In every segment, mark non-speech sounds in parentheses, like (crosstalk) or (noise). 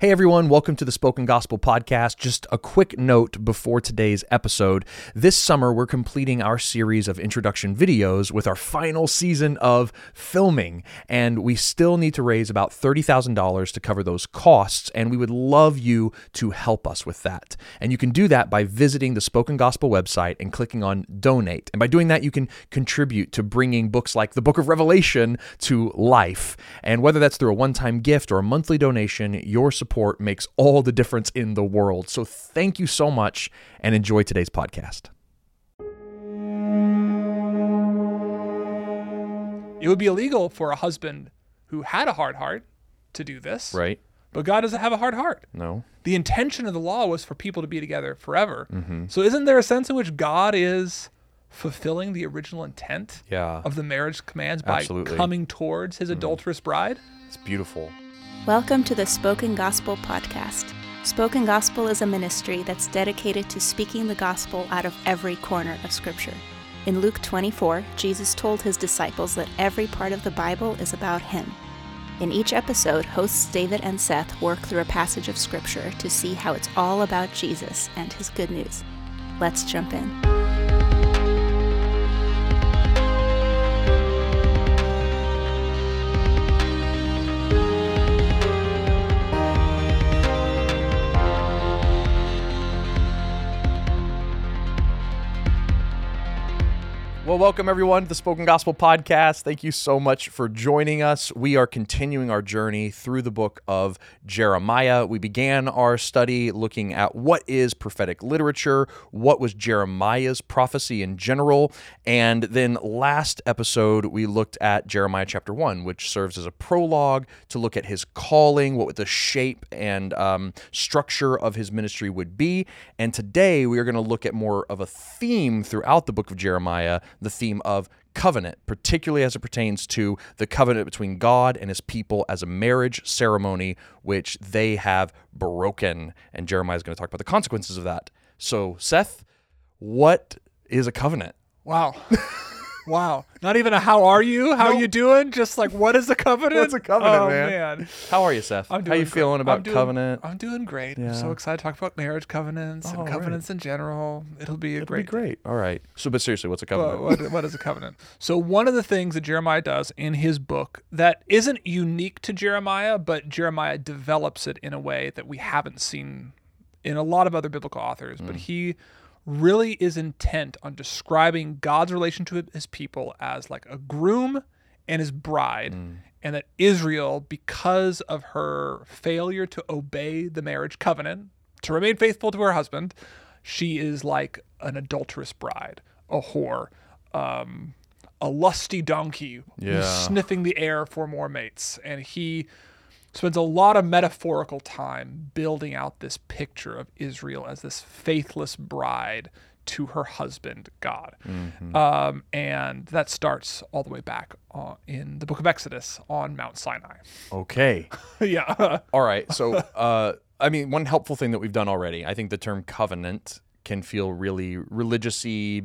Hey everyone, welcome to the Spoken Gospel Podcast. Just a quick note before today's episode. This summer, we're completing our series of introduction videos with our final season of filming, and we still need to raise about $30,000 to cover those costs, and we would love you to help us with that. And you can do that by visiting the Spoken Gospel website and clicking on donate. And by doing that, you can contribute to bringing books like the Book of Revelation to life. And whether that's through a one time gift or a monthly donation, your support makes all the difference in the world. So thank you so much and enjoy today's podcast. It would be illegal for a husband who had a hard heart to do this. Right? But God doesn't have a hard heart. No. The intention of the law was for people to be together forever. Mm-hmm. So isn't there a sense in which God is fulfilling the original intent Yeah. of the marriage commands by Absolutely. Mm. coming towards his adulterous bride? It's beautiful. Welcome to the Spoken Gospel Podcast. Spoken Gospel is a ministry that's dedicated to speaking the gospel out of every corner of Scripture. In Luke 24, Jesus told his disciples that every part of the Bible is about him. In each episode, hosts David and Seth work through a passage of Scripture to see how it's all about Jesus and his good news. Let's jump in. Well, welcome everyone to the Spoken Gospel Podcast. Thank you so much for joining us. We are continuing our journey through the book of Jeremiah. We began our study looking at what is prophetic literature, what was Jeremiah's prophecy in general, and then last episode we looked at Jeremiah chapter 1, which serves as a prologue to look at his calling, what the shape and um, structure of his ministry would be. And today we are going to look at more of a theme throughout the book of Jeremiah, the theme of covenant, particularly as it pertains to the covenant between God and his people as a marriage ceremony, which they have broken. And Jeremiah is going to talk about the consequences of that. So, Seth, what is a covenant? Wow. (laughs) wow. Not even a how are you? How are you doing? Just like what is a covenant? What's a covenant, oh, man? man. How are you, Seth? I'm doing How you great. feeling about I'm doing- covenant? I'm doing great. Yeah. I'm so excited to talk about marriage covenants Oh, and covenants in general. It'll be a That'd great be great. All right. So, but seriously, what's a covenant? Well, what, what is a covenant? So one of the things that Jeremiah does in his book that isn't unique to Jeremiah, but Jeremiah develops it in a way that we haven't seen in a lot of other biblical authors. But he really is intent on describing God's relation to his people as like a groom and his bride. And that Israel, because of her failure to obey the marriage covenant, to remain faithful to her husband, she is like an adulterous bride, a whore, um, a lusty donkey who's Yeah. sniffing the air for more mates. And he spends a lot of metaphorical time building out this picture of Israel as this faithless bride to her husband, God. Um, and that starts all the way back on, in the book of Exodus on Mount Sinai. (laughs) Okay. yeah. All right. So, (laughs) uh, I mean, one helpful thing that we've done already, I think the term covenant can feel really religious-y,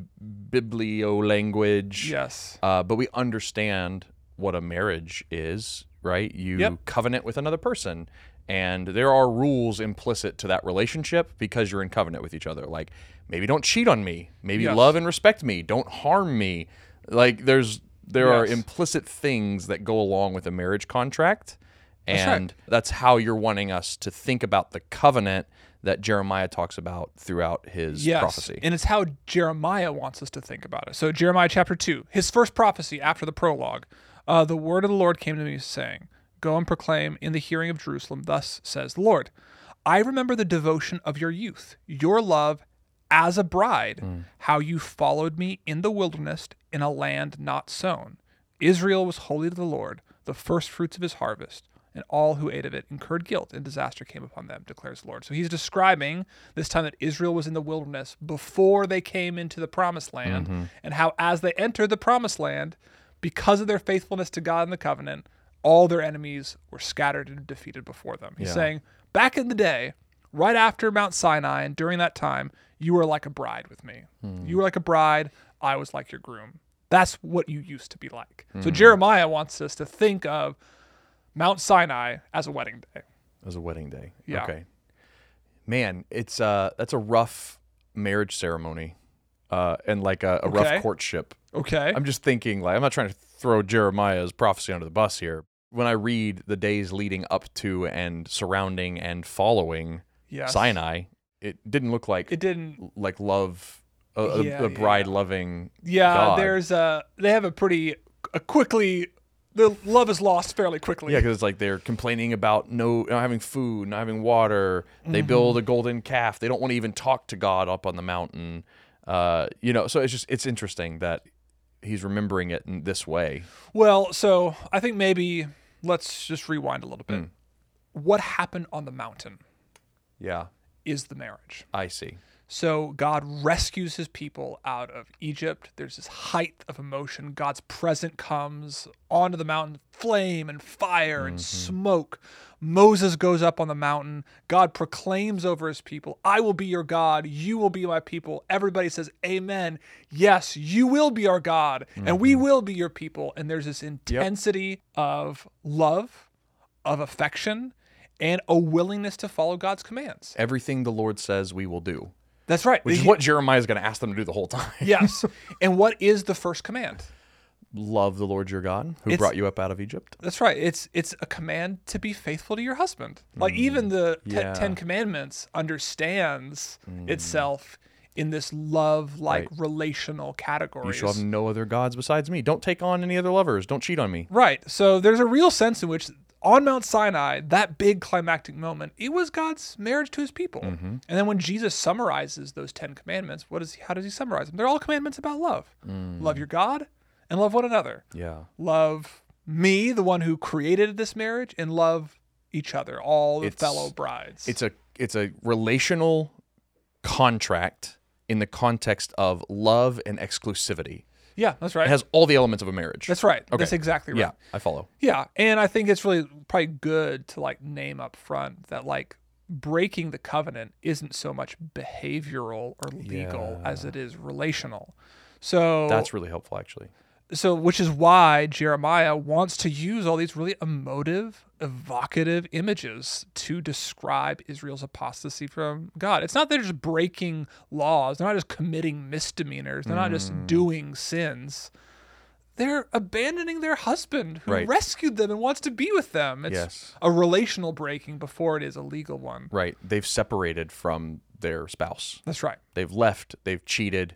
biblio language. yes. Uh, but we understand what a marriage is, right? You Yep. covenant with another person, and there are rules implicit to that relationship because you're in covenant with each other. Like, maybe don't cheat on me. Maybe Yes. love and respect me. Don't harm me. Like, there's there are Yes. implicit things that go along with a marriage contract, That's right. and that's how you're wanting us to think about the covenant that Jeremiah talks about throughout his prophecy. And it's how Jeremiah wants us to think about it. So, Jeremiah chapter 2, his first prophecy after the prologue. Uh, the word of the Lord came to me, saying, Go and proclaim in the hearing of Jerusalem, thus says the Lord, I remember the devotion of your youth, your love as a bride, Mm. how you followed me in the wilderness in a land not sown. Israel was holy to the Lord, the first fruits of his harvest, and all who ate of it incurred guilt, and disaster came upon them, declares the Lord. So he's describing this time that Israel was in the wilderness before they came into the promised land, and how as they entered the promised land, because of their faithfulness to God and the covenant, all their enemies were scattered and defeated before them. He's saying, back in the day, right after Mount Sinai, and during that time, you were like a bride with me. You were like a bride, I was like your groom. That's what you used to be Hmm. like. So Jeremiah wants us to think of Mount Sinai as a wedding day. It was a wedding day. Yeah. Okay. Man, it's uh that's a rough marriage ceremony. Uh and like a, a Okay. Eh. rough courtship. Okay. I'm just thinking like I'm not trying to throw Jeremiah's prophecy under the bus here. When I read the days leading up to and surrounding and following yes. Sinai, it didn't look like It didn't. like love a, a- Yeah, a yeah. bride loving Yeah. God. There's a. They have a pretty a quickly. The love is lost fairly quickly. Yeah, because it's like they're complaining about no not having food, not having water. They Mm-hmm. build a golden calf. They don't want to even talk to God up on the mountain. Uh, you know, so it's just it's interesting that he's remembering it in this way. Well, so I think maybe let's just rewind a little Hmm. bit. What happened on the mountain Yeah, is the marriage. I see. So God rescues his people out of Egypt. There's this height of emotion. God's presence comes onto the mountain, flame and fire Mm-hmm. and smoke. Moses goes up on the mountain. God proclaims over his people, I will be your God. You will be my people. Everybody says, Amen. Yes, you will be our God, and Mm-hmm. we will be your people. And there's this intensity of love, of affection, and a willingness to follow God's commands. Everything the Lord says we will do, That's right. which is He- what Jeremiah is going to ask them to do the whole time. (laughs) yes. And what is the first command? Love the Lord your God who It's- brought you up out of Egypt. That's right. It's it's a command to be faithful to your husband. Like even the te- Mm. yeah. Mm. Ten Commandments understands itself in this love like relational category. You shall have no other gods besides me. Don't take on any other lovers. Don't cheat on me. Right. So there's a real sense in which on Mount Sinai, that big climactic moment, it was God's marriage to his people. Mm-hmm. And then when Jesus summarizes those 10 commandments, what is he, how does he summarize them? They're all commandments about love. Mm. Love your God and love one another. Yeah. love me, the one who created this marriage, and love each other, all the It's- fellow brides. it's a it's a relational contract in the context of love and exclusivity. yeah, that's right. It has all the elements of a marriage. that's right. Okay. That's exactly right. Yeah, I follow. Yeah, and I think it's really probably good to like name up front that like breaking the covenant isn't so much behavioral or legal as it is relational. So That's really helpful, actually. so which is why Jeremiah wants to use all these really emotive, evocative images to describe Israel's apostasy from God. It's not they're just breaking laws, they're not just committing misdemeanors, they're not Mm. just doing sins. They're abandoning their husband who Right. rescued them and wants to be with them. It's Yes. a relational breaking before it is a legal one. Right. They've separated from their spouse. That's right. They've left. They've cheated.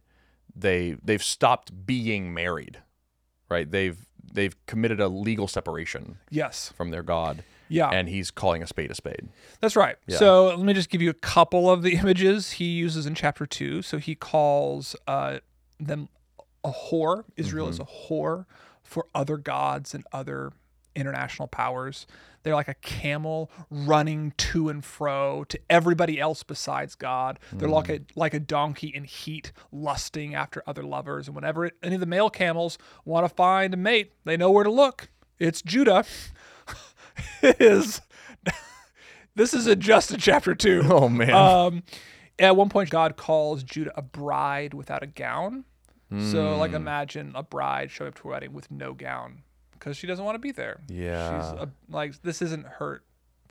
They they've stopped being married. Right. They've they've committed a legal separation Yes. from their God. Yeah. And he's calling a spade a spade. (laughs) That's right. So let me just give you a couple of the (laughs) images he uses in chapter two. So he calls uh, them a whore. Israel is a whore for other gods and other international powers. They're like a camel running to and fro to everybody else besides God. They're like a like a donkey in heat, lusting after other lovers. And whenever it, any of the male camels want to find a mate, they know where to look. It's Judah. it is. (laughs) this is adjusted chapter two. Oh man. Um, at one point, God calls Judah a bride without a gown. So, Hmm. like, imagine a bride showing up to a wedding with no gown because she doesn't want to be there. She's Yeah. a, like, this isn't hurt.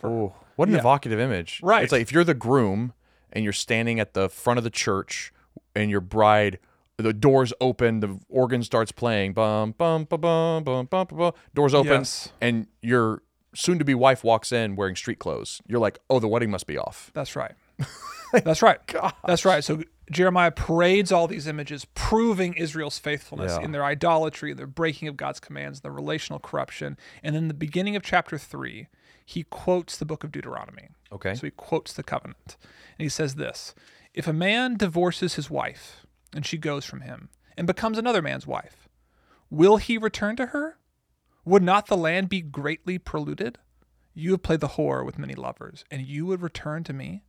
Oh, what an Yeah. evocative image. Right. It's like if you're the groom and you're standing at the front of the church and your bride, the doors open, the organ starts playing, bum, bum, ba, bum, bum, bum, bum, bum, doors open, Yes. and your soon to be wife walks in wearing street clothes. You're like, oh, the wedding must be off. That's (laughs) right. That's right. That's right. So Jeremiah parades all these images, proving Israel's faithfulness Yeah. in their idolatry, their breaking of God's commands, their relational corruption. And then the beginning of chapter three, he quotes the book of Deuteronomy. Okay. So he quotes the covenant. And he says this If a man divorces his wife and she goes from him and becomes another man's wife, will he return to her? Would not the land be greatly polluted? You have played the whore with many lovers, and you would return to me?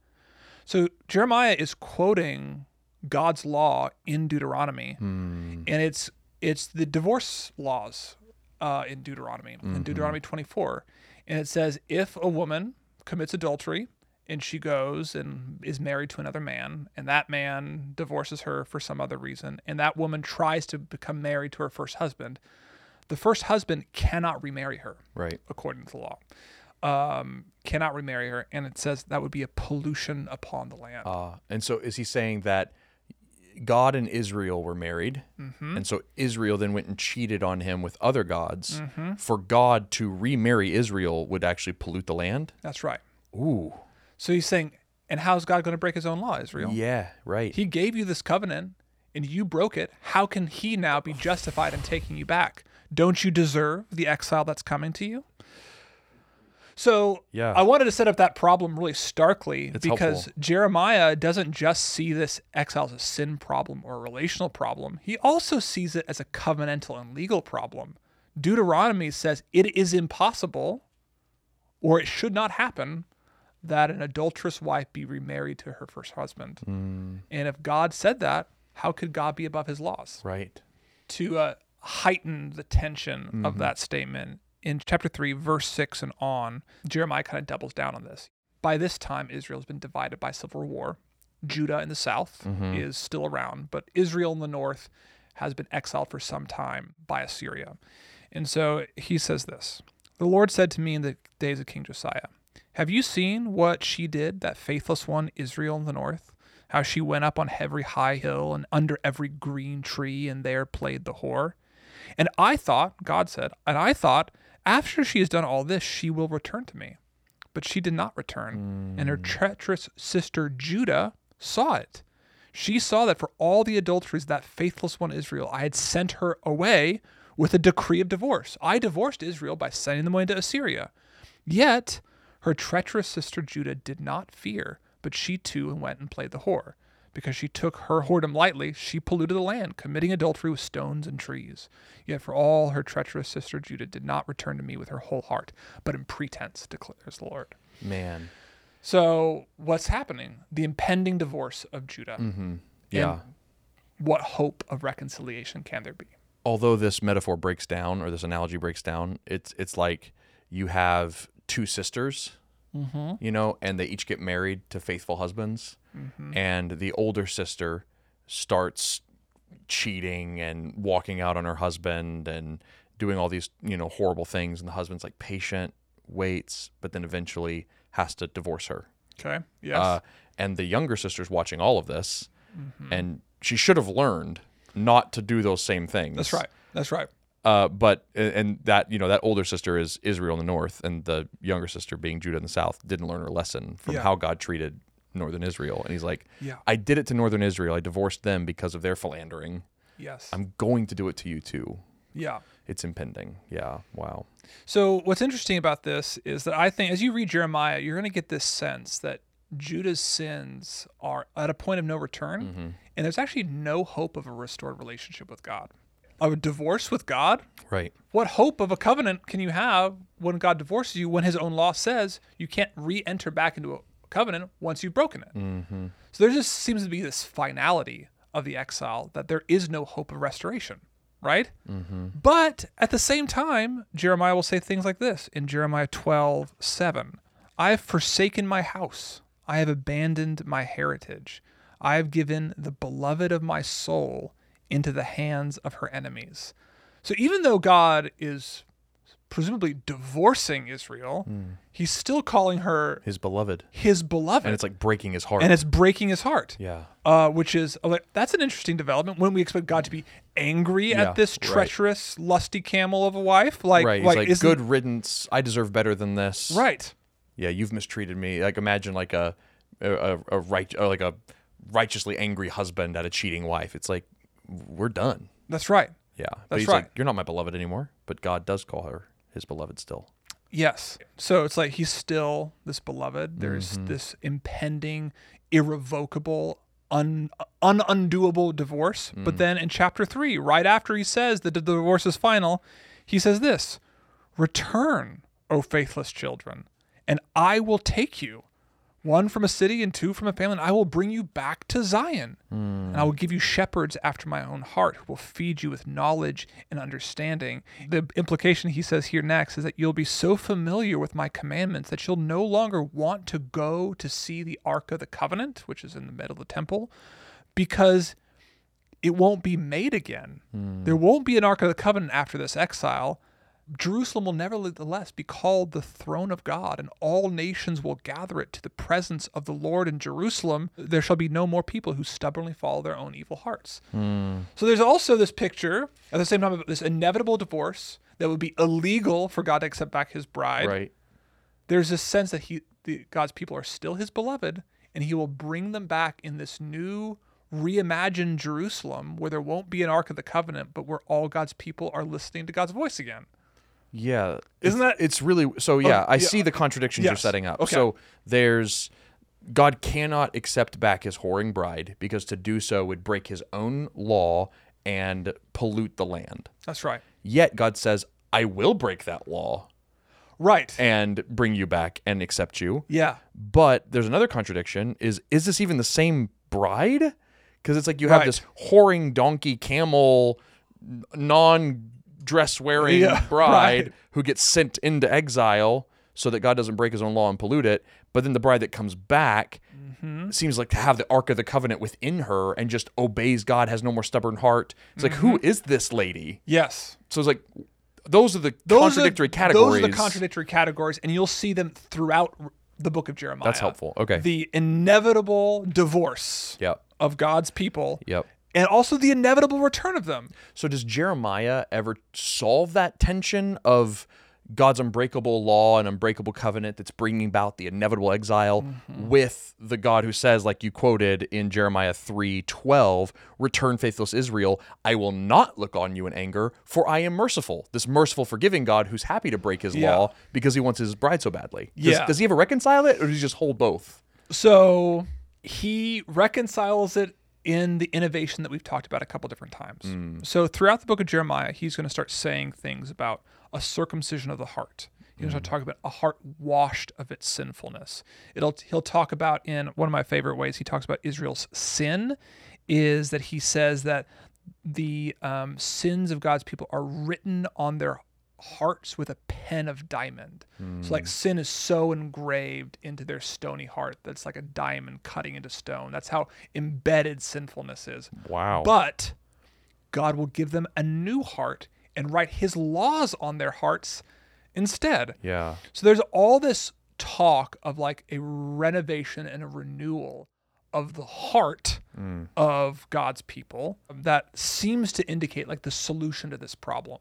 So Jeremiah is quoting God's law in Deuteronomy, and it's it's the divorce laws uh, in Deuteronomy, in Deuteronomy 24, and it says if a woman commits adultery and she goes and is married to another man, and that man divorces her for some other reason, and that woman tries to become married to her first husband, the first husband cannot remarry her Right. according to the law. um, cannot remarry her, and it says that would be a pollution upon the land. Uh, and so is he saying that God and Israel were married? Mm-hmm. And so Israel then went and cheated on him with other gods. Mm-hmm. For God to remarry Israel would actually pollute the land? That's right. Ooh. So he's saying, and how's God going to break his own law, Israel? Yeah, right. He gave you this covenant and you broke it. How can he now be justified in taking you back? Don't you deserve the exile that's coming to you? So Yeah. I wanted to set up that problem really starkly It's because helpful. Jeremiah doesn't just see this exile as a sin problem or a relational problem. He also sees it as a covenantal and legal problem. Deuteronomy says it is impossible or it should not happen that an adulterous wife be remarried to her first husband. And if God said that, how could God be above his laws? right. To uh, heighten the tension of that statement, in chapter 3, verse 6 and on, Jeremiah kind of doubles down on this. By this time, Israel has been divided by civil war. Judah in the south is still around, but Israel in the north has been exiled for some time by Assyria. And so he says this The Lord said to me in the days of King Josiah, Have you seen what she did, that faithless one, Israel in the north? How she went up on every high hill and under every green tree, and there played the whore? And I thought, God said, and I thought, after she has done all this, she will return to me. But she did not return, and her treacherous sister Judah saw it. She saw that for all the adulteries of that faithless one Israel, I had sent her away with a decree of divorce. I divorced Israel by sending them away to Assyria. Yet her treacherous sister Judah did not fear, but she too went and played the whore. Because she took her whoredom lightly, she polluted the land, committing adultery with stones and trees. Yet for all her treacherous sister Judah did not return to me with her whole heart, but in pretense, declares the Lord. Man. So what's happening? The impending divorce of Judah. Mm-hmm. Yeah. What hope of reconciliation can there be? although this metaphor breaks down or this analogy breaks down, it's it's like you have two sisters, you know, and they each get married to faithful husbands, and the older sister starts cheating and walking out on her husband and doing all these you know horrible things, and the husband's like patient, waits, but then eventually has to divorce her. Okay. Yes. Uh, and the younger sister's watching all of this, Mm-hmm. and she should have learned not to do those same things. That's right. That's right. Uh, but and that you know that older sister is Israel in the north, and the younger sister being Judah in the south didn't learn her lesson from Yeah. how God treated northern Israel. And he's like, Yeah. I did it to northern Israel. I divorced them because of their philandering. Yes. I'm going to do it to you too. yeah. It's impending. Yeah. Wow. So what's interesting about this is that I think as you read Jeremiah, you're going to get this sense that Judah's sins are at a point of no return, and there's actually no hope of a restored relationship with God. A divorce with God? Right. What hope of a covenant can you have when God divorces you when his own law says you can't re-enter back into a covenant once you've broken it? So there just seems to be this finality of the exile that there is no hope of restoration, right? But at the same time, Jeremiah will say things like this in Jeremiah 12, 7. I have forsaken my house. I have abandoned my heritage. I have given the beloved of my soul into the hands of her enemies. So even though God is presumably divorcing Israel, Hmm. he's still calling her His beloved, his beloved. and it's like breaking his heart. and it's breaking his heart yeah. uh, which is like that's an interesting development when we expect God to be angry Yeah, at this right. treacherous, lusty camel of a wife. Like, right. He's like, like, isn't- good riddance. I deserve better than this. right? yeah, you've mistreated me. Like imagine like a a, a right or like a righteously angry husband at a cheating wife. It's like we're done. That's right. Yeah, but That's he's right. like, you're not my beloved anymore. But God does call her His beloved still. Yes. So it's like he's still this beloved. There's this impending, irrevocable, un un undoable divorce. But then in chapter three, right after he says that the divorce is final, he says this: "Return, O faithless children, and I will take you." One from a city and two from a family, and I will bring you back to Zion. And I will give you shepherds after my own heart who will feed you with knowledge and understanding. The implication he says here next is that you'll be so familiar with my commandments that you'll no longer want to go to see the Ark of the Covenant, which is in the middle of the temple, because it won't be made again. There won't be an Ark of the Covenant after this exile. Jerusalem will nevertheless be called the throne of God, and all nations will gather it to the presence of the Lord in Jerusalem. There shall be no more people who stubbornly follow their own evil hearts. So there's also this picture at the same time of this inevitable divorce that would be illegal for God to accept back his bride. Right. There's this sense that he, the, God's people are still his beloved, and he will bring them back in this new reimagined Jerusalem where there won't be an Ark of the Covenant, but where all God's people are listening to God's voice again. Yeah. It's- Isn't that- Oh, It's really so yeah, I yeah. see the contradictions you're Yes. setting up. Okay. So there's God cannot accept back his whoring bride because to do so would break his own law and pollute the land. That's right. Yet God says, "I will break that law Right. and bring you back and accept you." yeah. But there's another contradiction is is this even the same bride? Cuz it's like you have Right. this whoring donkey camel non dress wearing Yeah, (laughs) bride right. who gets sent into exile so that God doesn't break his own law and pollute it, but then the bride that comes back Mm-hmm. seems like to have the ark of the covenant within her and just obeys God has no more stubborn heart. It's like Mm-hmm. who is this lady? Yes. So it's like those are the Those contradictory are, categories. Those are the contradictory categories, and you'll see them throughout r- the book of Jeremiah. That's helpful. Okay. The inevitable divorce Yep. of God's people. Yep. And also the inevitable return of them. So does Jeremiah ever solve that tension of God's unbreakable law and unbreakable covenant that's bringing about the inevitable exile with the God who says like you quoted in Jeremiah 3:12, return faithless Israel, I will not look on you in anger, for I am merciful. This merciful forgiving God who's happy to break his Yeah. law because he wants his bride so badly. Does, Yeah. does he ever reconcile it or does he just hold both? So he reconciles it in the innovation that we've talked about a couple different times. So throughout the book of Jeremiah, he's going to start saying things about a circumcision of the heart. He's going to talk about a heart washed of its sinfulness. It'll he'll talk about in one of my favorite ways. He talks about Israel's sin, is that he says that the um, sins of God's people are written on their hearts with a pen of diamond. So like sin is so engraved into their stony heart that's like a diamond cutting into stone. That's how embedded sinfulness is. Wow. But God will give them a new heart and write his laws on their hearts instead. yeah. So there's all this talk of like a renovation and a renewal of the heart of God's people that seems to indicate like the solution to this problem.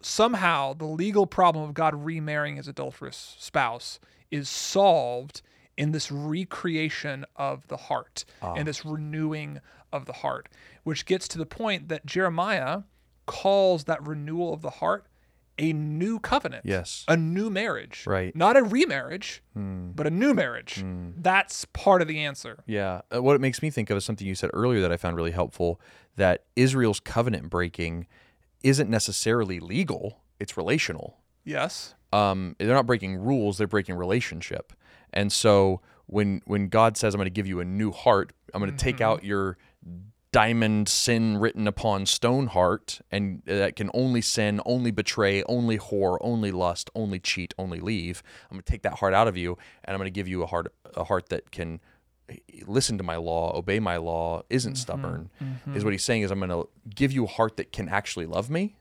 Somehow the legal problem of God remarrying his adulterous spouse is solved in this recreation of the heart and this renewing of the heart, which gets to the point that Jeremiah calls that renewal of the heart a new covenant Yes. a new marriage. Right. Hmm. Not a remarriage, but a new marriage. That's part of the answer. Yeah. Uh, What it makes me think of is something you said earlier that I found really helpful that Israel's covenant breaking isn't necessarily legal, it's relational. Yes. Um, they're not breaking rules, they're breaking relationship. And so when when God says, I'm going to give you a new heart, I'm going to take out your diamond sin written upon stone heart and uh, that can only sin only betray only whore only lust only cheat only leave i'm going to take that heart out of you and i'm going to give you a heart a heart that can eh, listen to my law, obey my law, isn't stubborn, is what he's saying is I'm going to give you a heart that can actually love me.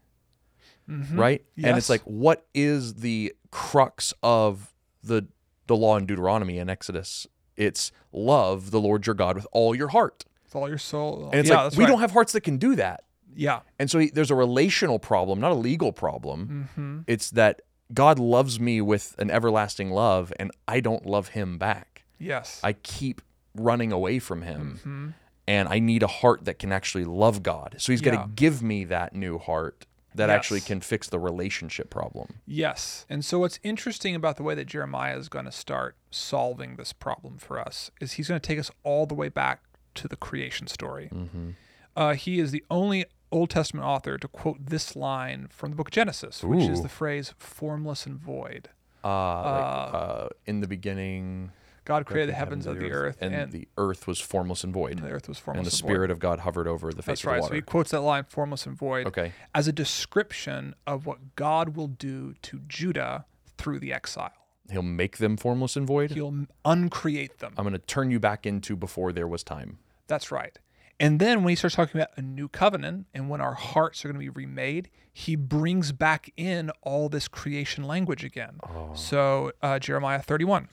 Right? And it's Yes. like what is the crux of the the law in Deuteronomy and Exodus? It's love the Lord your God with all your heart. With all your soul. And it's yeah, like that's we right. don't have hearts that can do that. Yeah. And so he, there's a relational problem, not a legal problem. Mm-hmm. It's that God loves me with an everlasting love and I don't love him back. Yes. I keep running away from him. Mm-hmm. And I need a heart that can actually love God. So he's Yeah. going to give me that new heart that actually Yes. can fix the relationship problem. Yes. And so, what's interesting about the way that Jeremiah is going to start solving this problem for us is he's going to take us all the way back to the creation story. Mm-hmm. Uh, he is the only Old Testament author to quote this line from the book of Genesis, which is Ooh. the phrase formless and void. Uh, like, uh, in the beginning, God created the heavens and the earth, and, the earth was formless and void, the earth was formless and the void. spirit of God hovered over the face That's of the right. So water. he quotes that line, formless and void, Okay. as a description of what God will do to Judah through the exile. He'll make them formless and void. He'll uncreate them. Um. I'm going to turn you back into before there was time. That's right. And then when he starts talking about a new covenant and when our hearts are going to be remade, he brings back in all this creation language again. Oh. So, uh, Jeremiah 31.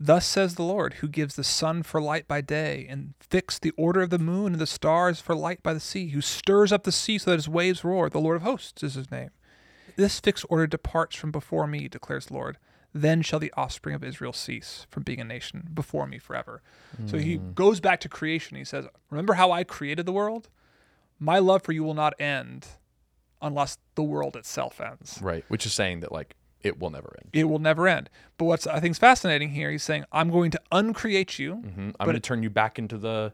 Thus says the Lord, who gives the sun for light by day, and fixed the order of the moon and the stars for light by the sea, who stirs up the sea so that its waves roar. The Lord of hosts is his name. This fixed order departs from before me, declares the Lord. Then shall the offspring of Israel cease from being a nation before me forever. So he goes back to creation. He says, Remember how I created the world? My love for you will not end unless the world itself ends Right. Which is saying that like it will never end. it will never end. But what's I think is fascinating here, he's saying, I'm going to uncreate you, Mhm. I'm going to turn you back into the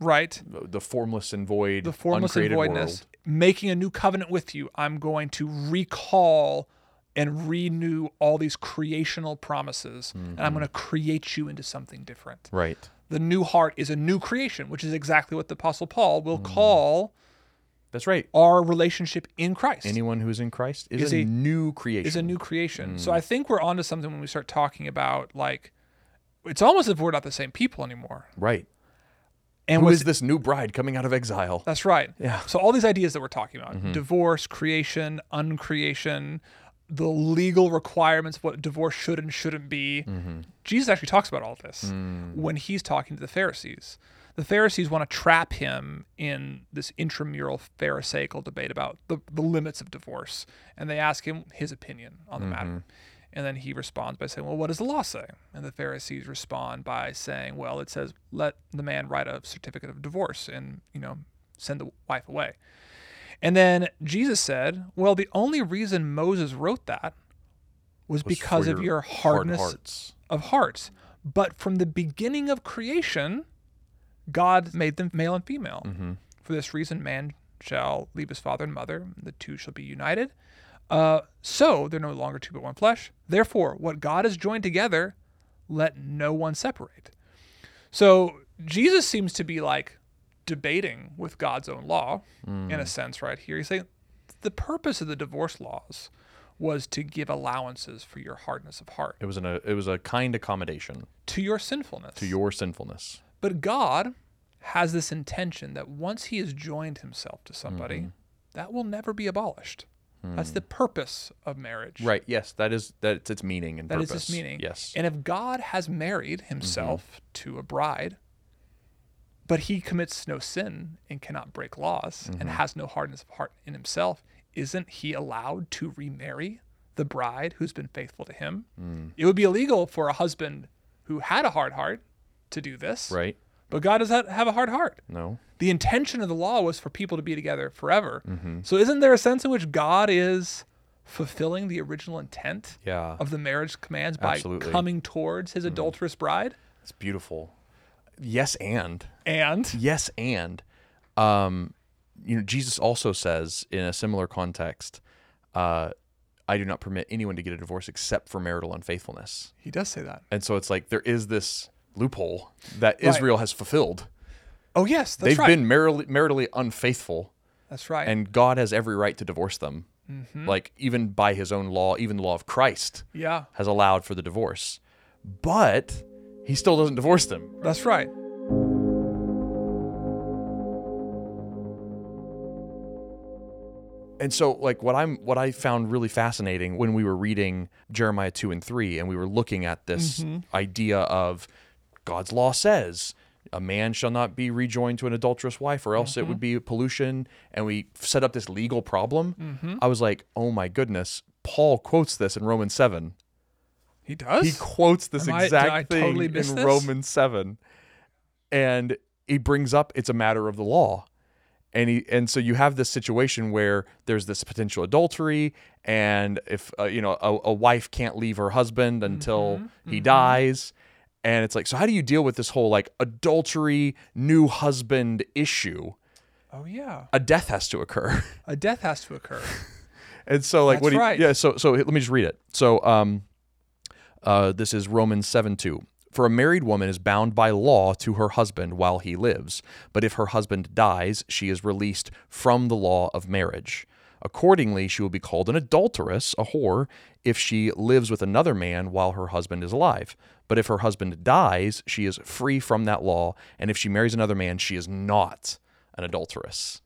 right? the formless and void, The formless and uncreated voidness, world. making a new covenant with you. I'm going to recall and renew all these creational promises, and Mm-hmm. I'm going to create you into something different. Right. The new heart is a new creation, which is exactly what the Apostle Paul will Mm-hmm. call That's right. our relationship in Christ. Anyone who is in Christ is, Is a, a- new creation. Mm. is a new creation. So I think we're onto something when we start talking about like it's almost as if we're not the same people anymore. right. And Who what's is this new bride coming out of exile? That's right. Yeah. So all these ideas that we're talking about, divorce, creation, uncreation, the legal requirements of what divorce should and shouldn't be. Jesus actually talks about all this when he's talking to the Pharisees. The Pharisees want to trap him in this intramural Pharisaical debate about the, the limits of divorce. And they ask him his opinion on the matter. And then he responds by saying, Well, what does the law say? And the Pharisees respond by saying, Well, it says, let the man write a certificate of divorce and, you know, send the wife away. And then Jesus said, Well, the only reason Moses wrote that was, Was because for of your hard hardness hearts. of hearts. But from the beginning of creation, God made them male and female. For this reason, man shall leave his father and mother, the two shall be united. Uh, so they're no longer two but one flesh. Therefore, what God has joined together, let no one separate. So Jesus seems to be like debating with God's own law in a sense, right here. He's saying the purpose of the divorce laws was to give allowances for your hardness of heart It was an, a it was a kind accommodation to your sinfulness. to your sinfulness. but God has this intention that once he has joined himself to somebody, Mm-hmm. that will never be abolished. That's the purpose of marriage. Hmm. Right. Yes. That is that's its meaning and That is purpose. its meaning. Yes. Mm-hmm. And if God has married himself to a bride, but he commits no sin and cannot break laws and Mm-hmm. has no hardness of heart in himself, isn't he allowed to remarry the bride who's been faithful to him? Mm. It would be illegal for a husband who had a hard heart to do this. right. But God does not have a hard heart. No. The intention of the law was for people to be together forever. Mm-hmm. So isn't there a sense in which God is fulfilling the original intent Yeah. of the marriage commands by Absolutely. Mm-hmm. coming towards his adulterous bride? It's beautiful. Yes. And And yes. And um, you know, Jesus also says in a similar context, uh, I do not permit anyone to get a divorce except for marital unfaithfulness. he does say that. And so it's like there is this loophole that Right. Israel has fulfilled. Oh yes, that's They've right. been maritally, maritally unfaithful, that's right. Mm-hmm. and God has every right to divorce them. Like, even by his own law, even the law of Christ yeah, has allowed for the divorce. But he still doesn't divorce them. that's right. And so like what I'm what I found really fascinating when we were reading Jeremiah 2 and 3 and we were looking at this idea of God's law says a man shall not be rejoined to an adulterous wife or else it would be pollution and we set up this legal problem. I was like, "Oh my goodness, Paul quotes this in Romans 7." He does. He quotes this Am I- did exact I thing totally in miss this? Romans 7. And he brings up it's a matter of the law. And he and so you have this situation where there's this potential adultery and if uh, you know a, a wife can't leave her husband until Mm-hmm, he dies and it's like so how do you deal with this whole like adultery new husband issue? oh yeah, A death has to occur. a death has to occur. And so like what That's do you, right. yeah, so so let me just read it. So um uh this is Romans 7 2. For a married woman is bound by law to her husband while he lives, but if her husband dies, she is released from the law of marriage. Accordingly, she will be called an adulteress, a whore, if she lives with another man while her husband is alive. But if her husband dies, she is free from that law, and if she marries another man, she is not an adulteress.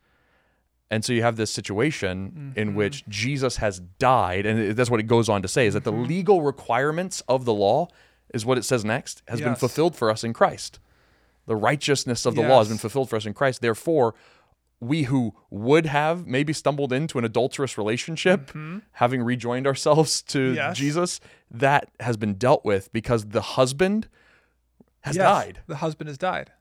And so you have this situation in Mm-hmm. which Jesus has died, and it- that's what it goes on to say is that the Mm-hmm. legal requirements of the law is what it says next has been Yes. fulfilled for us in Christ. The righteousness of the law has been Yes. fulfilled for us in Christ. Therefore, we who would have maybe stumbled into an adulterous relationship, having rejoined ourselves to Mm-hmm. Yes. Jesus, that has been dealt with because the husband (laughs) has Yes, died. The husband has (laughs) died.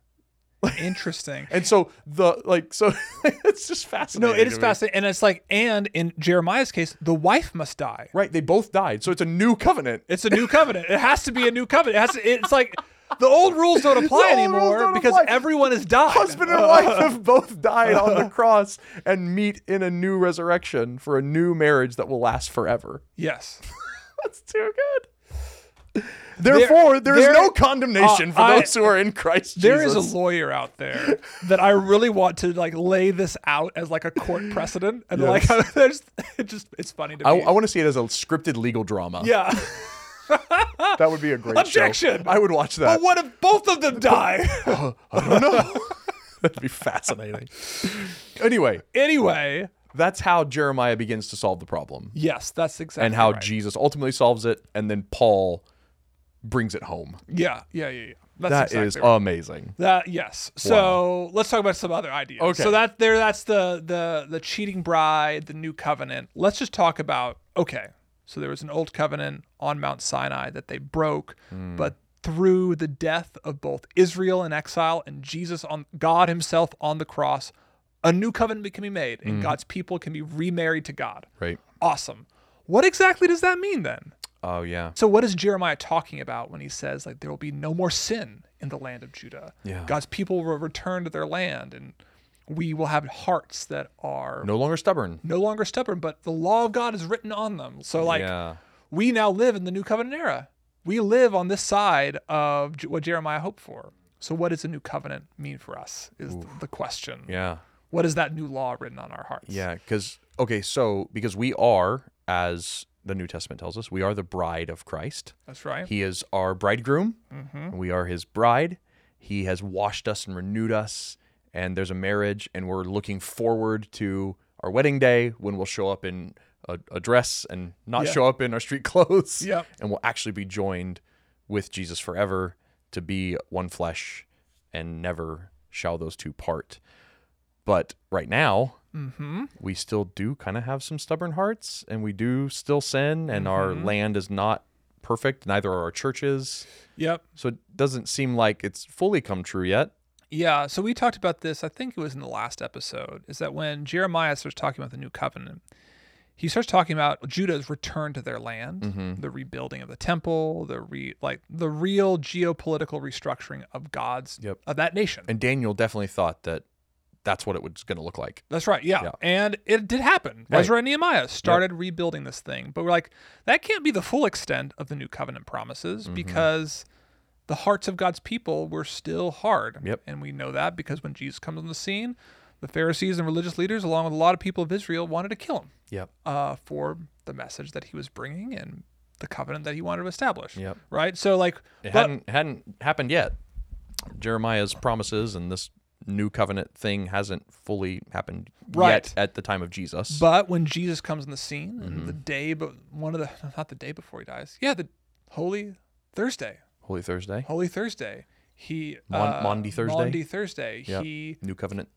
Interesting. And so the like so (laughs) it's just No, fascinating. it is to me. fascinating. And it's like, and in Jeremiah's case, the wife must die. Right, they both died. So it's a new covenant. It's a new covenant. It has to be a new covenant. It has to, it's like the old rules (laughs) don't apply old rules anymore don't because apply. everyone has died. Husband (laughs) and wife have both died on the cross and meet in a new resurrection for a new marriage that will last forever. Yes. That's too good. Therefore, there is there- no condemnation uh, for I- those who are in Christ There is Jesus. a lawyer out there that I really want to like lay this out as like a court precedent, and like (laughs) there's it just it's funny to I, me. want to see it as a scripted legal drama. yeah, (laughs) That would be a great Objection! show. I would watch that. but what if both of them die? That'd be fascinating. (laughs) anyway, anyway, that's how Jeremiah begins to solve the problem yes, that's exactly and how right. Jesus ultimately solves it and then Paul brings it home. yeah, yeah, yeah, yeah. That's That's exactly right. amazing. That yes. So let's talk about some other ideas. Okay. So that there, that's the the the cheating bride, the new covenant. Let's just talk about okay. So there was an old covenant on Mount Sinai that they broke, Hmm. but through the death of both Israel in exile and Jesus on God Himself on the cross, a new covenant can be made, and God's people can be remarried to God. Hmm. Right. Awesome. What exactly does that mean then? Oh yeah. So what is Jeremiah talking about when he says like there will be no more sin in the land of Judah? Yeah. God's people will return to their land and we will have hearts that are no, No longer stubborn. longer stubborn, but the law of God is written on them. So like yeah. we now live in the new covenant era. We live on this side of J- what Jeremiah hoped for. So what does the new covenant mean for us is th- the question. Yeah. What is that new law written on our hearts? Yeah, cuz okay, so because we are as the New Testament tells us, we are the bride of Christ. That's right. Mm-hmm. He is our bridegroom. and We are his bride. He has washed us and renewed us, and there's a marriage, and we're looking forward to our wedding day when we'll show up in a, a dress and not Yeah. show up in our street (laughs) clothes. Yep. And we'll actually be joined with Jesus forever to be one flesh, and never shall those two part. But right now, Mm-hmm. we still do kind of have some stubborn hearts and we do still sin and our Mm-hmm. land is not perfect neither are our churches Yep. so it doesn't seem like it's fully come true yet Yeah, so we talked about this, I think it was in the last episode, is that when Jeremiah starts talking about the new covenant, he starts talking about Judah's return to their land, the rebuilding of the temple, the re like the real geopolitical restructuring of God's Yep. of that nation. and daniel definitely thought that that's what it was going to look like That's right. Yeah. Yeah. And it did happen. Right. Ezra and Nehemiah started rebuilding this thing. But we're like, that can't be the full extent of the new covenant promises Mm-hmm. because the hearts of God's people were still hard. Yep. And we know that because when Jesus comes on the scene, the Pharisees and religious leaders, along with a lot of people of Israel, wanted to kill him yep uh, for the message that he was bringing and the covenant that he wanted to establish. Yep. Right. So, like, it but- hadn't hadn't happened yet jeremiah's promises and this new covenant thing hasn't fully happened Right. yet at the time of jesus But when Jesus comes on the scene, and the Mm-hmm. day, but one of the (laughs) not the day before he dies, yeah, the Holy Thursday, holy thursday Holy Thursday, he Mon- Maundy Thursday? Maundy Thursday, Yep. he new covenant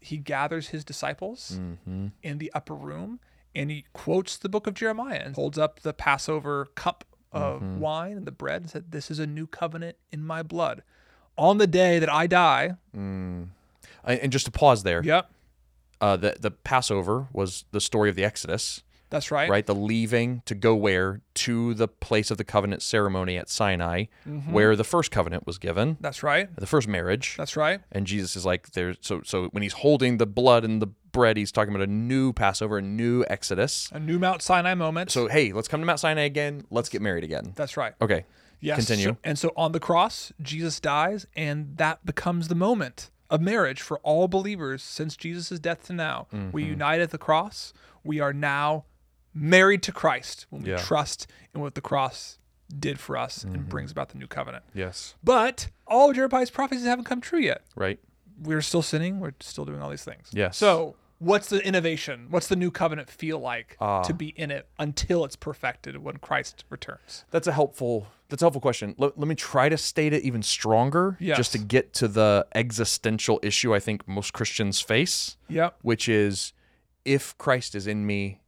he gathers his disciples Mm-hmm. in the upper room, and he quotes the book of Jeremiah and holds up the Passover cup of Mm-hmm. wine and the bread and said, "This is a new covenant in my blood." On the day that I die, and and just to pause there yep, uh, the, the passover was the story of the exodus that's right. right? The leaving to go where? To the place of the covenant ceremony at Sinai, where the first covenant was given, That's right. the first marriage. Mm-hmm. That's right. and Jesus is like, there. So, so when he's holding the blood and the bread, he's talking about a new Passover, a new Exodus. A new Mount Sinai moment. So, hey, let's come to Mount Sinai again. Let's get married again. that's right. Okay. Yes. Continue. so- and so on the cross, Jesus dies, and that becomes the moment of marriage for all believers since Jesus' death to now. Mm-hmm. We unite at the cross. We are now married to Christ when we Yeah. Mm-hmm. trust in what the cross did for us and brings about the new covenant. Yes. But all of Jeremiah's prophecies haven't come true yet. Right. we're still sinning. We're still doing all these things. Yes. So what's the innovation? What's the new covenant feel like Ah. to be in it until it's perfected when Christ returns? That's a helpful. That's a helpful question. Let, let me try to state it even stronger, Yes. just to get to the existential issue I think most Christians face, Yep. which is if Christ is in me,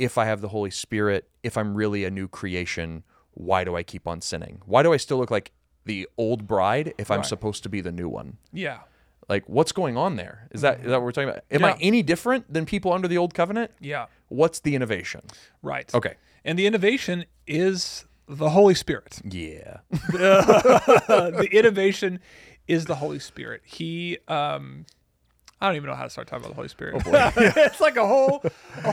if I have the Holy Spirit, if I'm really a new creation, why do I keep on sinning? Why do I still look like the old bride if I'm Right. supposed to be the new one? Yeah. Like, what's going on there? Is that is that what we're talking about? Am I Yeah. any different than people under the old covenant? Yeah. What's the innovation? Right. Okay. And the innovation is the Holy Spirit. Uh, Yeah. (laughs) the innovation is the Holy Spirit. He um I don't even know how to start talking about the Holy Spirit. (laughs) it's like a whole a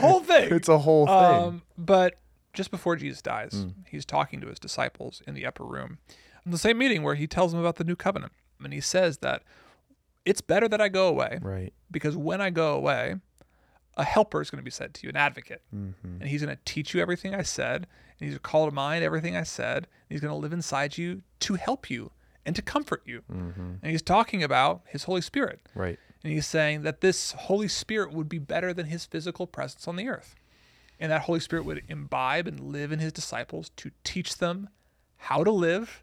(laughs) whole thing. Oh, a whole thing. Mm. Um, but just before Jesus dies, he's talking to his disciples in the upper room, in the same meeting where he tells them about the new covenant. And he says that it's better that I go away right. because when I go away, a helper is going to be sent to you, an advocate. And he's going to teach you everything I said. And he's going to call to mind everything I said. And he's going to live inside you to help you and to comfort you. And he's talking about his Holy Spirit. Right. And he's saying that this Holy Spirit would be better than his physical presence on the earth. And that Holy Spirit would imbibe and live in his disciples to teach them how to live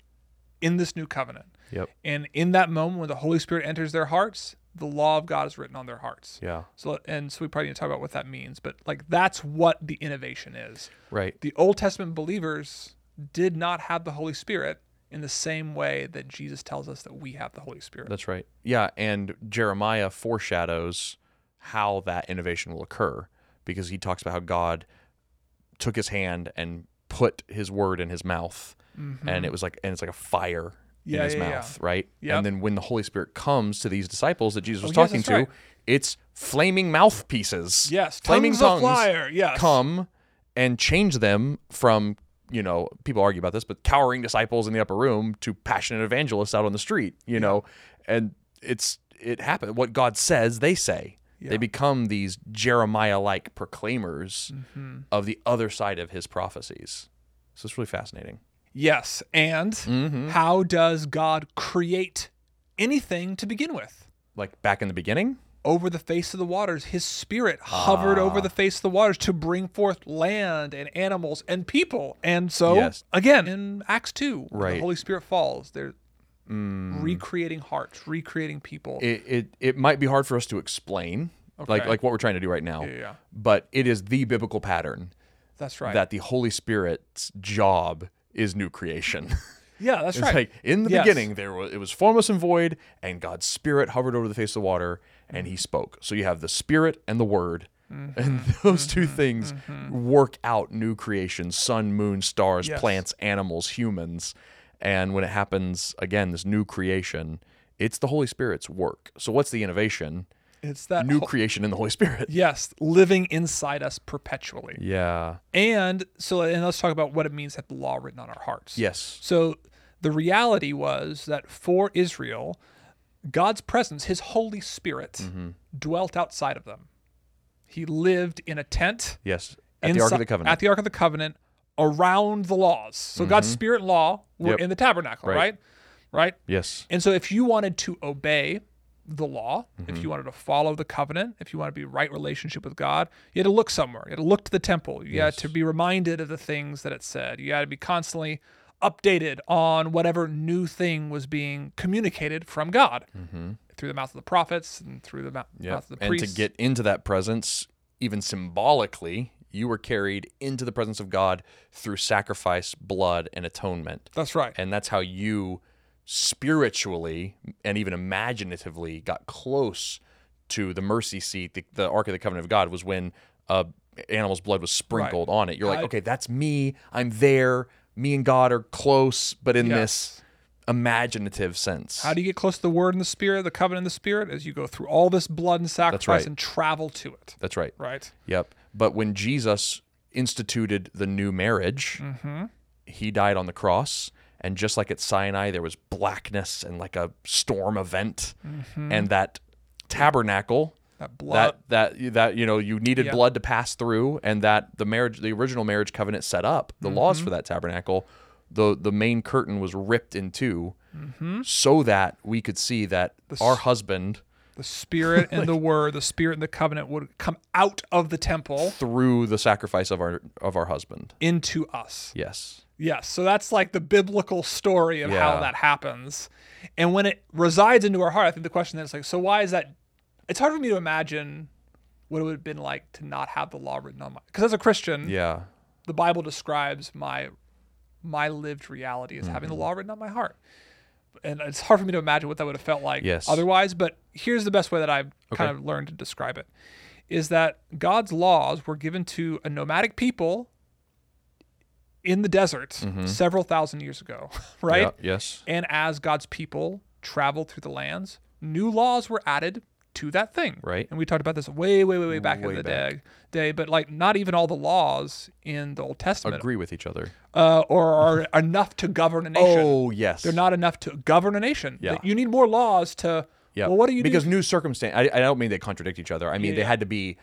in this new covenant. Yep. And in that moment when the Holy Spirit enters their hearts, the law of God is written on their hearts. Yeah. So and so we probably need to talk about what that means, but like that's what the innovation is. Right. The Old Testament believers did not have the Holy Spirit in the same way that Jesus tells us that we have the Holy Spirit. That's right. Yeah, and Jeremiah foreshadows how that innovation will occur because he talks about how God took his hand and put his word in his mouth and it was like and it's like a fire in Mm-hmm. Yeah, his yeah, yeah. mouth, right? Yep. And then when the Holy Spirit comes to these disciples that Jesus was yes, talking that's to, right. it's flaming mouthpieces. Yes, Flaming tongues tongues of fire. Yes, come and change them from you know people argue about this but cowering disciples in the upper room to passionate evangelists out on the street you know and it's it happened what god says they say Yeah. they become these jeremiah like proclaimers Mm-hmm. of the other side of his prophecies so it's really fascinating Yes, and Mm-hmm. how does God create anything to begin with? like back in the beginning over the face of the waters. His spirit Ah. hovered over the face of the waters to bring forth land and animals and people. And so, Yes. again, in Acts 2, when the Right. Mm. Holy Spirit falls. They're recreating hearts, recreating people. it it, it might be hard for us to explain like Okay. like what we're trying to do right now yeah, yeah. but it is the biblical pattern That's right. that the Holy Spirit's job is new creation. yeah, (laughs) that's it's right. like in the Yes. beginning there was it was formless and void, and God's Spirit hovered over the face of the water, and Mm-hmm. He spoke. So you have the Spirit and the Word, and (laughs) those two Mm-hmm. things work out new creation: sun, moon, stars, Yes. plants, animals, humans. And when it happens again, this new creation, it's the Holy Spirit's work. So what's the innovation? it's that New whole- creation in the Holy (laughs) Spirit. yes, living inside us perpetually. Yeah. And so, and let's talk about what it means to have the law written on our hearts. Yes. So the reality was that for Israel, God's presence, his Holy Spirit, Mm-hmm. dwelt outside of them. He lived in a tent Yes. At the Ark of inside- the Covenant. At the Ark of the Covenant, around the laws. So God's Spirit and law Mm-hmm. were Yep. in the tabernacle, Right. right? Right. yes. And so if you wanted to obey the law, if Mm-hmm. you wanted to follow the covenant, if you wanted to be right relationship with God, you had to look somewhere. You had to look to the temple. You had to be reminded of the things that it said. You had to be constantly updated on whatever new thing was being communicated from God through the mouth of the prophets and through the mou- Yeah. mouth of the Mm-hmm. And priests. to get into that presence, even symbolically, you were carried into the presence of God through sacrifice, blood, and atonement. That's right. And that's how you spiritually and even imaginatively got close to the mercy seat, the, the Ark of the Covenant of God, was when uh, animal's blood was sprinkled on it. You're like, I- okay, that's me. I'm there. Me and God are close, but in this imaginative sense. How do you get close to the word and the spirit, the covenant and the spirit? As you go through all this blood and sacrifice right. and travel to it. that's right. Right. Yep. But when Jesus instituted the new marriage, he died on the cross. And just like at Sinai, there was blackness and like a storm event. And that tabernacle, That blood. that that that you know you needed Yep. blood to pass through, and that the marriage, the original marriage covenant set up the laws for that tabernacle. The the main curtain was ripped in 2 so that we could see that our husband The Spirit and the Word, the Spirit and the covenant would come out of the temple through the sacrifice of our of our husband. into us. Yes. Yes. So that's like the biblical story of Yeah. how that happens. And when it resides into our heart, I think the question then is like, so why is that? It's hard for me to imagine what it would have been like to not have the law written on my. Because as a Christian, Yeah. the Bible describes my my lived reality as Mm-hmm. having the law written on my heart. And it's hard for me to imagine what that would have felt like Yes. otherwise, but here's the best way that I've kind Okay. of learned to describe it is that God's laws were given to a nomadic people in the desert several thousand years ago, (laughs) right? Mm-hmm. Yeah. Yes. And as God's people traveled through the lands, new laws were added to that thing. Right. And we talked about this way, way, way, way back Way in the back. day, day, but like not even all the laws in the Old Testament Agree with each other. uh, or (laughs) are enough to govern a nation. Oh yes. They're not enough to govern a nation. Yeah. You need more laws to. Yeah. Well, what do you because do? new circumstance. I, I don't mean they contradict each other. I mean they Yeah. had to be,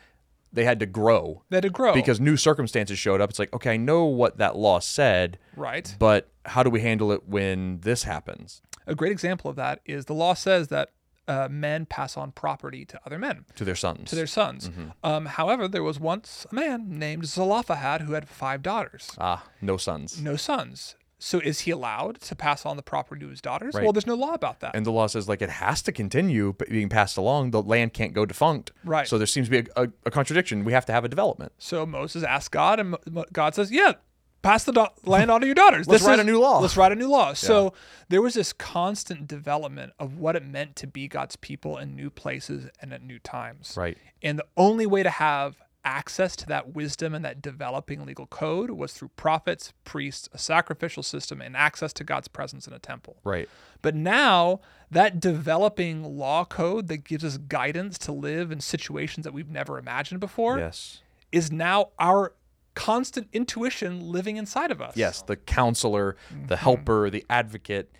they had to grow That it grow. because new circumstances showed up. It's like okay, I know what that law said, right. but how do we handle it when this happens A great example of that is the law says that uh, men pass on property to other men. to their sons? to their sons. Mm-hmm. Um, however, there was once a man named Zelophehad who had five daughters, ah, no sons. no sons. So is he allowed to pass on the property to his daughters? Right. Well, there's no law about that. And the law says like it has to continue but being passed along. The land can't go defunct. Right. So there seems to be a, a, a contradiction. We have to have a development. so Moses asked God, and Mo- Mo- God says, "Yeah, pass the da- land on to your daughters. Let's This write is- a new law." Let's write a new law." So there was this constant development of what it meant to be God's people in new places and at new times. Right. And the only way to have access to that wisdom and that developing legal code was through prophets, priests, a sacrificial system, and access to God's presence in a temple. Right. But now, that developing law code that gives us guidance to live in situations that we've never imagined before Yes. is now our constant intuition living inside of us. Yes, the counselor, the helper, the advocate,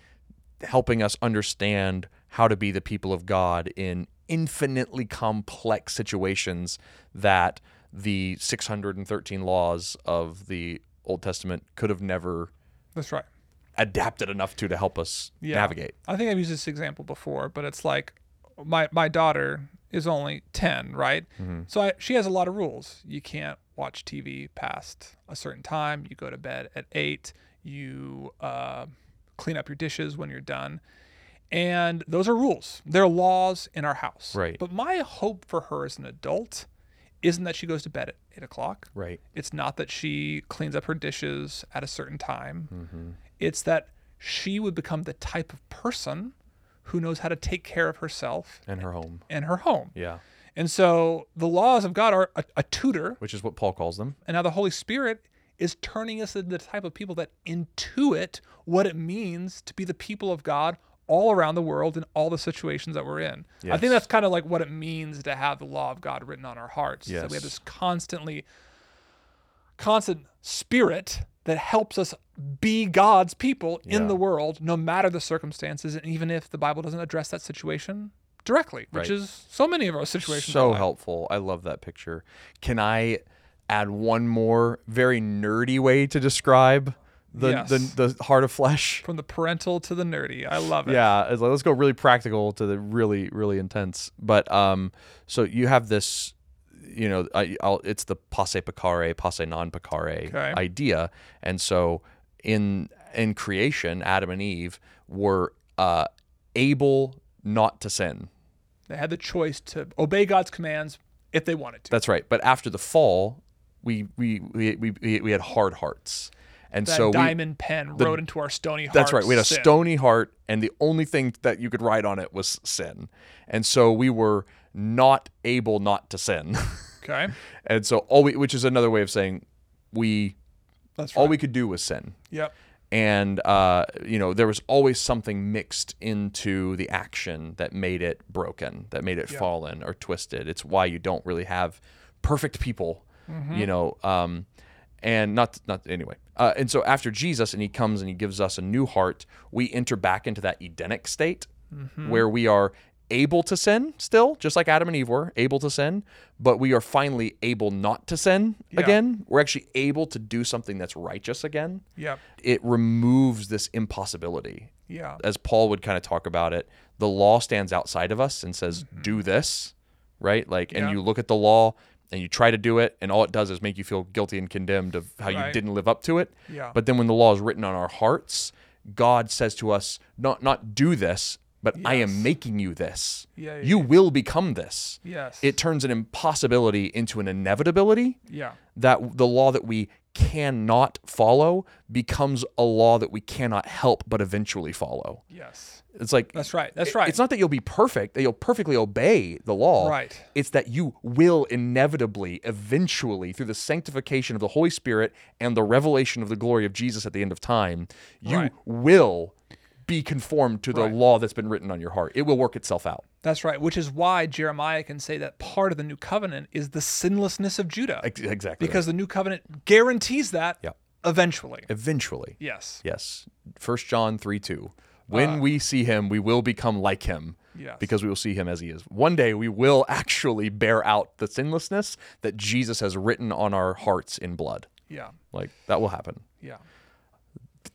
helping us understand how to be the people of God in infinitely complex situations that the 613 laws of the Old Testament could have never That's right. adapted enough to to help us Yeah. navigate. I think I've used this example before, but it's like my my daughter is only 10, right? Mm-hmm. So I, she has a lot of rules. You can't watch TV past a certain time. You go to bed at 8. You uh, clean up your dishes when you're done. And those are rules. They're laws in our house. Right. But my hope for her as an adult isn't that she goes to bed at 8 o'clock. Right. It's not that she cleans up her dishes at a certain time. It's that she would become the type of person who knows how to take care of herself In her home. and her home. Yeah. And so the laws of God are a, a tutor, Which is what Paul calls them. and now the Holy Spirit is turning us into the type of people that intuit what it means to be the people of God all around the world in all the situations that we're in. I Yes. think that's kind of like what it means to have the law of God written on our hearts. is that we Yes. have this constantly constant spirit that helps us be God's people in Yeah. the world, no matter the circumstances, and even if the Bible doesn't address that situation directly, Right. which is so many of our situations. So are. helpful. I love that picture. Can I add one more very nerdy way to describe the Yes. the, the heart of flesh? from the parental to the nerdy. I love it. Yeah, it's like, let's go really practical to the really really intense. But um, so you have this, you know, I, I'll, it's the passe picare, passe non picare Okay. idea, and so in in creation, Adam and Eve were uh, able not to sin. They had the choice to obey God's commands if they wanted to. That's right. But after the fall, we we we we- we, we had hard hearts, and That so we, diamond pen rode into our stony hearts. that's right. We had a sin. stony heart, and the only thing that you could write on it was sin, and so we were not able not to sin, (laughs) Okay, and so all we, which is another way of saying we that's right. all we could do was sin Yep. and uh, you know there was always something mixed into the action that made it broken that made it fallen or twisted it's why you don't really have perfect people you know um, and not not anyway uh, and so after jesus and he comes and he gives us a new heart we enter back into that edenic state where we are able to sin still, just like Adam and Eve were able to sin, but we are finally able not to sin again. We're actually able to do something that's righteous again. Yep. It removes this impossibility. Yeah. As Paul would kind of talk about it, the law stands outside of us and says, do this, right? Like, and Mm-hmm. Yeah. you look at the law and you try to do it, and all it does is make you feel guilty and condemned of how you Right. didn't live up to it. Yeah. But then when the law is written on our hearts, God says to us, not not do this, but I am making you this. Yeah, yeah, you will become this. Yes. It turns an impossibility into an inevitability Yeah. that the law that we cannot follow becomes a law that we cannot help but eventually follow. Yes. It's like That's right. That's it- right. It's not that you'll be perfect, that you'll perfectly obey the law. Right. It's that you will inevitably, eventually, through the sanctification of the Holy Spirit and the revelation of the glory of Jesus at the end of time, you Right. will be conformed to the Right. law that's been written on your heart. It will work itself out. That's right. Which is why Jeremiah can say that part of the new covenant is the sinlessness of Judah. Ex- Exactly. Because the new covenant guarantees that Yep. eventually. eventually. Yes. Yes. First John 3 2. When we see him, we will become like him Uh, Yes. because we will see him as he is. One day we will actually bear out the sinlessness that Jesus has written on our hearts in blood. Yeah. Like that will happen. Yeah.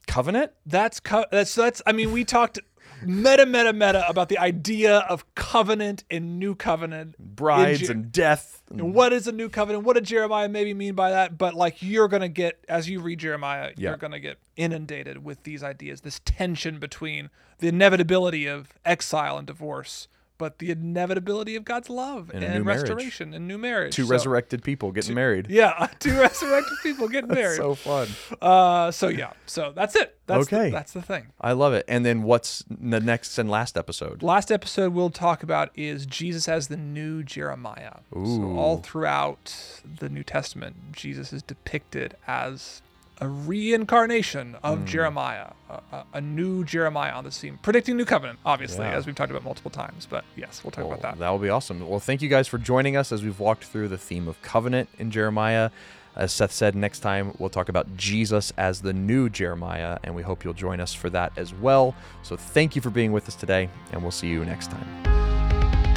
Covenant? That's co- that's that's I mean we talked meta meta meta about the idea of covenant and new covenant in Brides Jer- and death. and what is a new covenant? What did Jeremiah maybe mean by that? But like you're gonna get as you read Jeremiah, Yeah. you're gonna get inundated with these ideas, this tension between the inevitability of exile and divorce, but the inevitability of God's love and, a new marriage. restoration and new marriage. Two So- resurrected people getting married. Yeah, (laughs) two resurrected (laughs) people getting married. So fun. uh, so yeah, so that's it. That's Okay. the, that's the thing. I love it. And then what's the next and last episode? Last episode we'll talk about is Jesus as the new Jeremiah. So all throughout the New Testament, Jesus is depicted as a reincarnation of Jeremiah, a, a, a new Jeremiah on the scene, predicting new covenant, obviously, Yeah. as we've talked about multiple times. But yes, we'll talk about that. Well, will be awesome. Well, thank you guys for joining us as we've walked through the theme of covenant in Jeremiah. As Seth said, next time we'll talk about Jesus as the new Jeremiah, and we hope you'll join us for that as well. So thank you for being with us today, and we'll see you next time.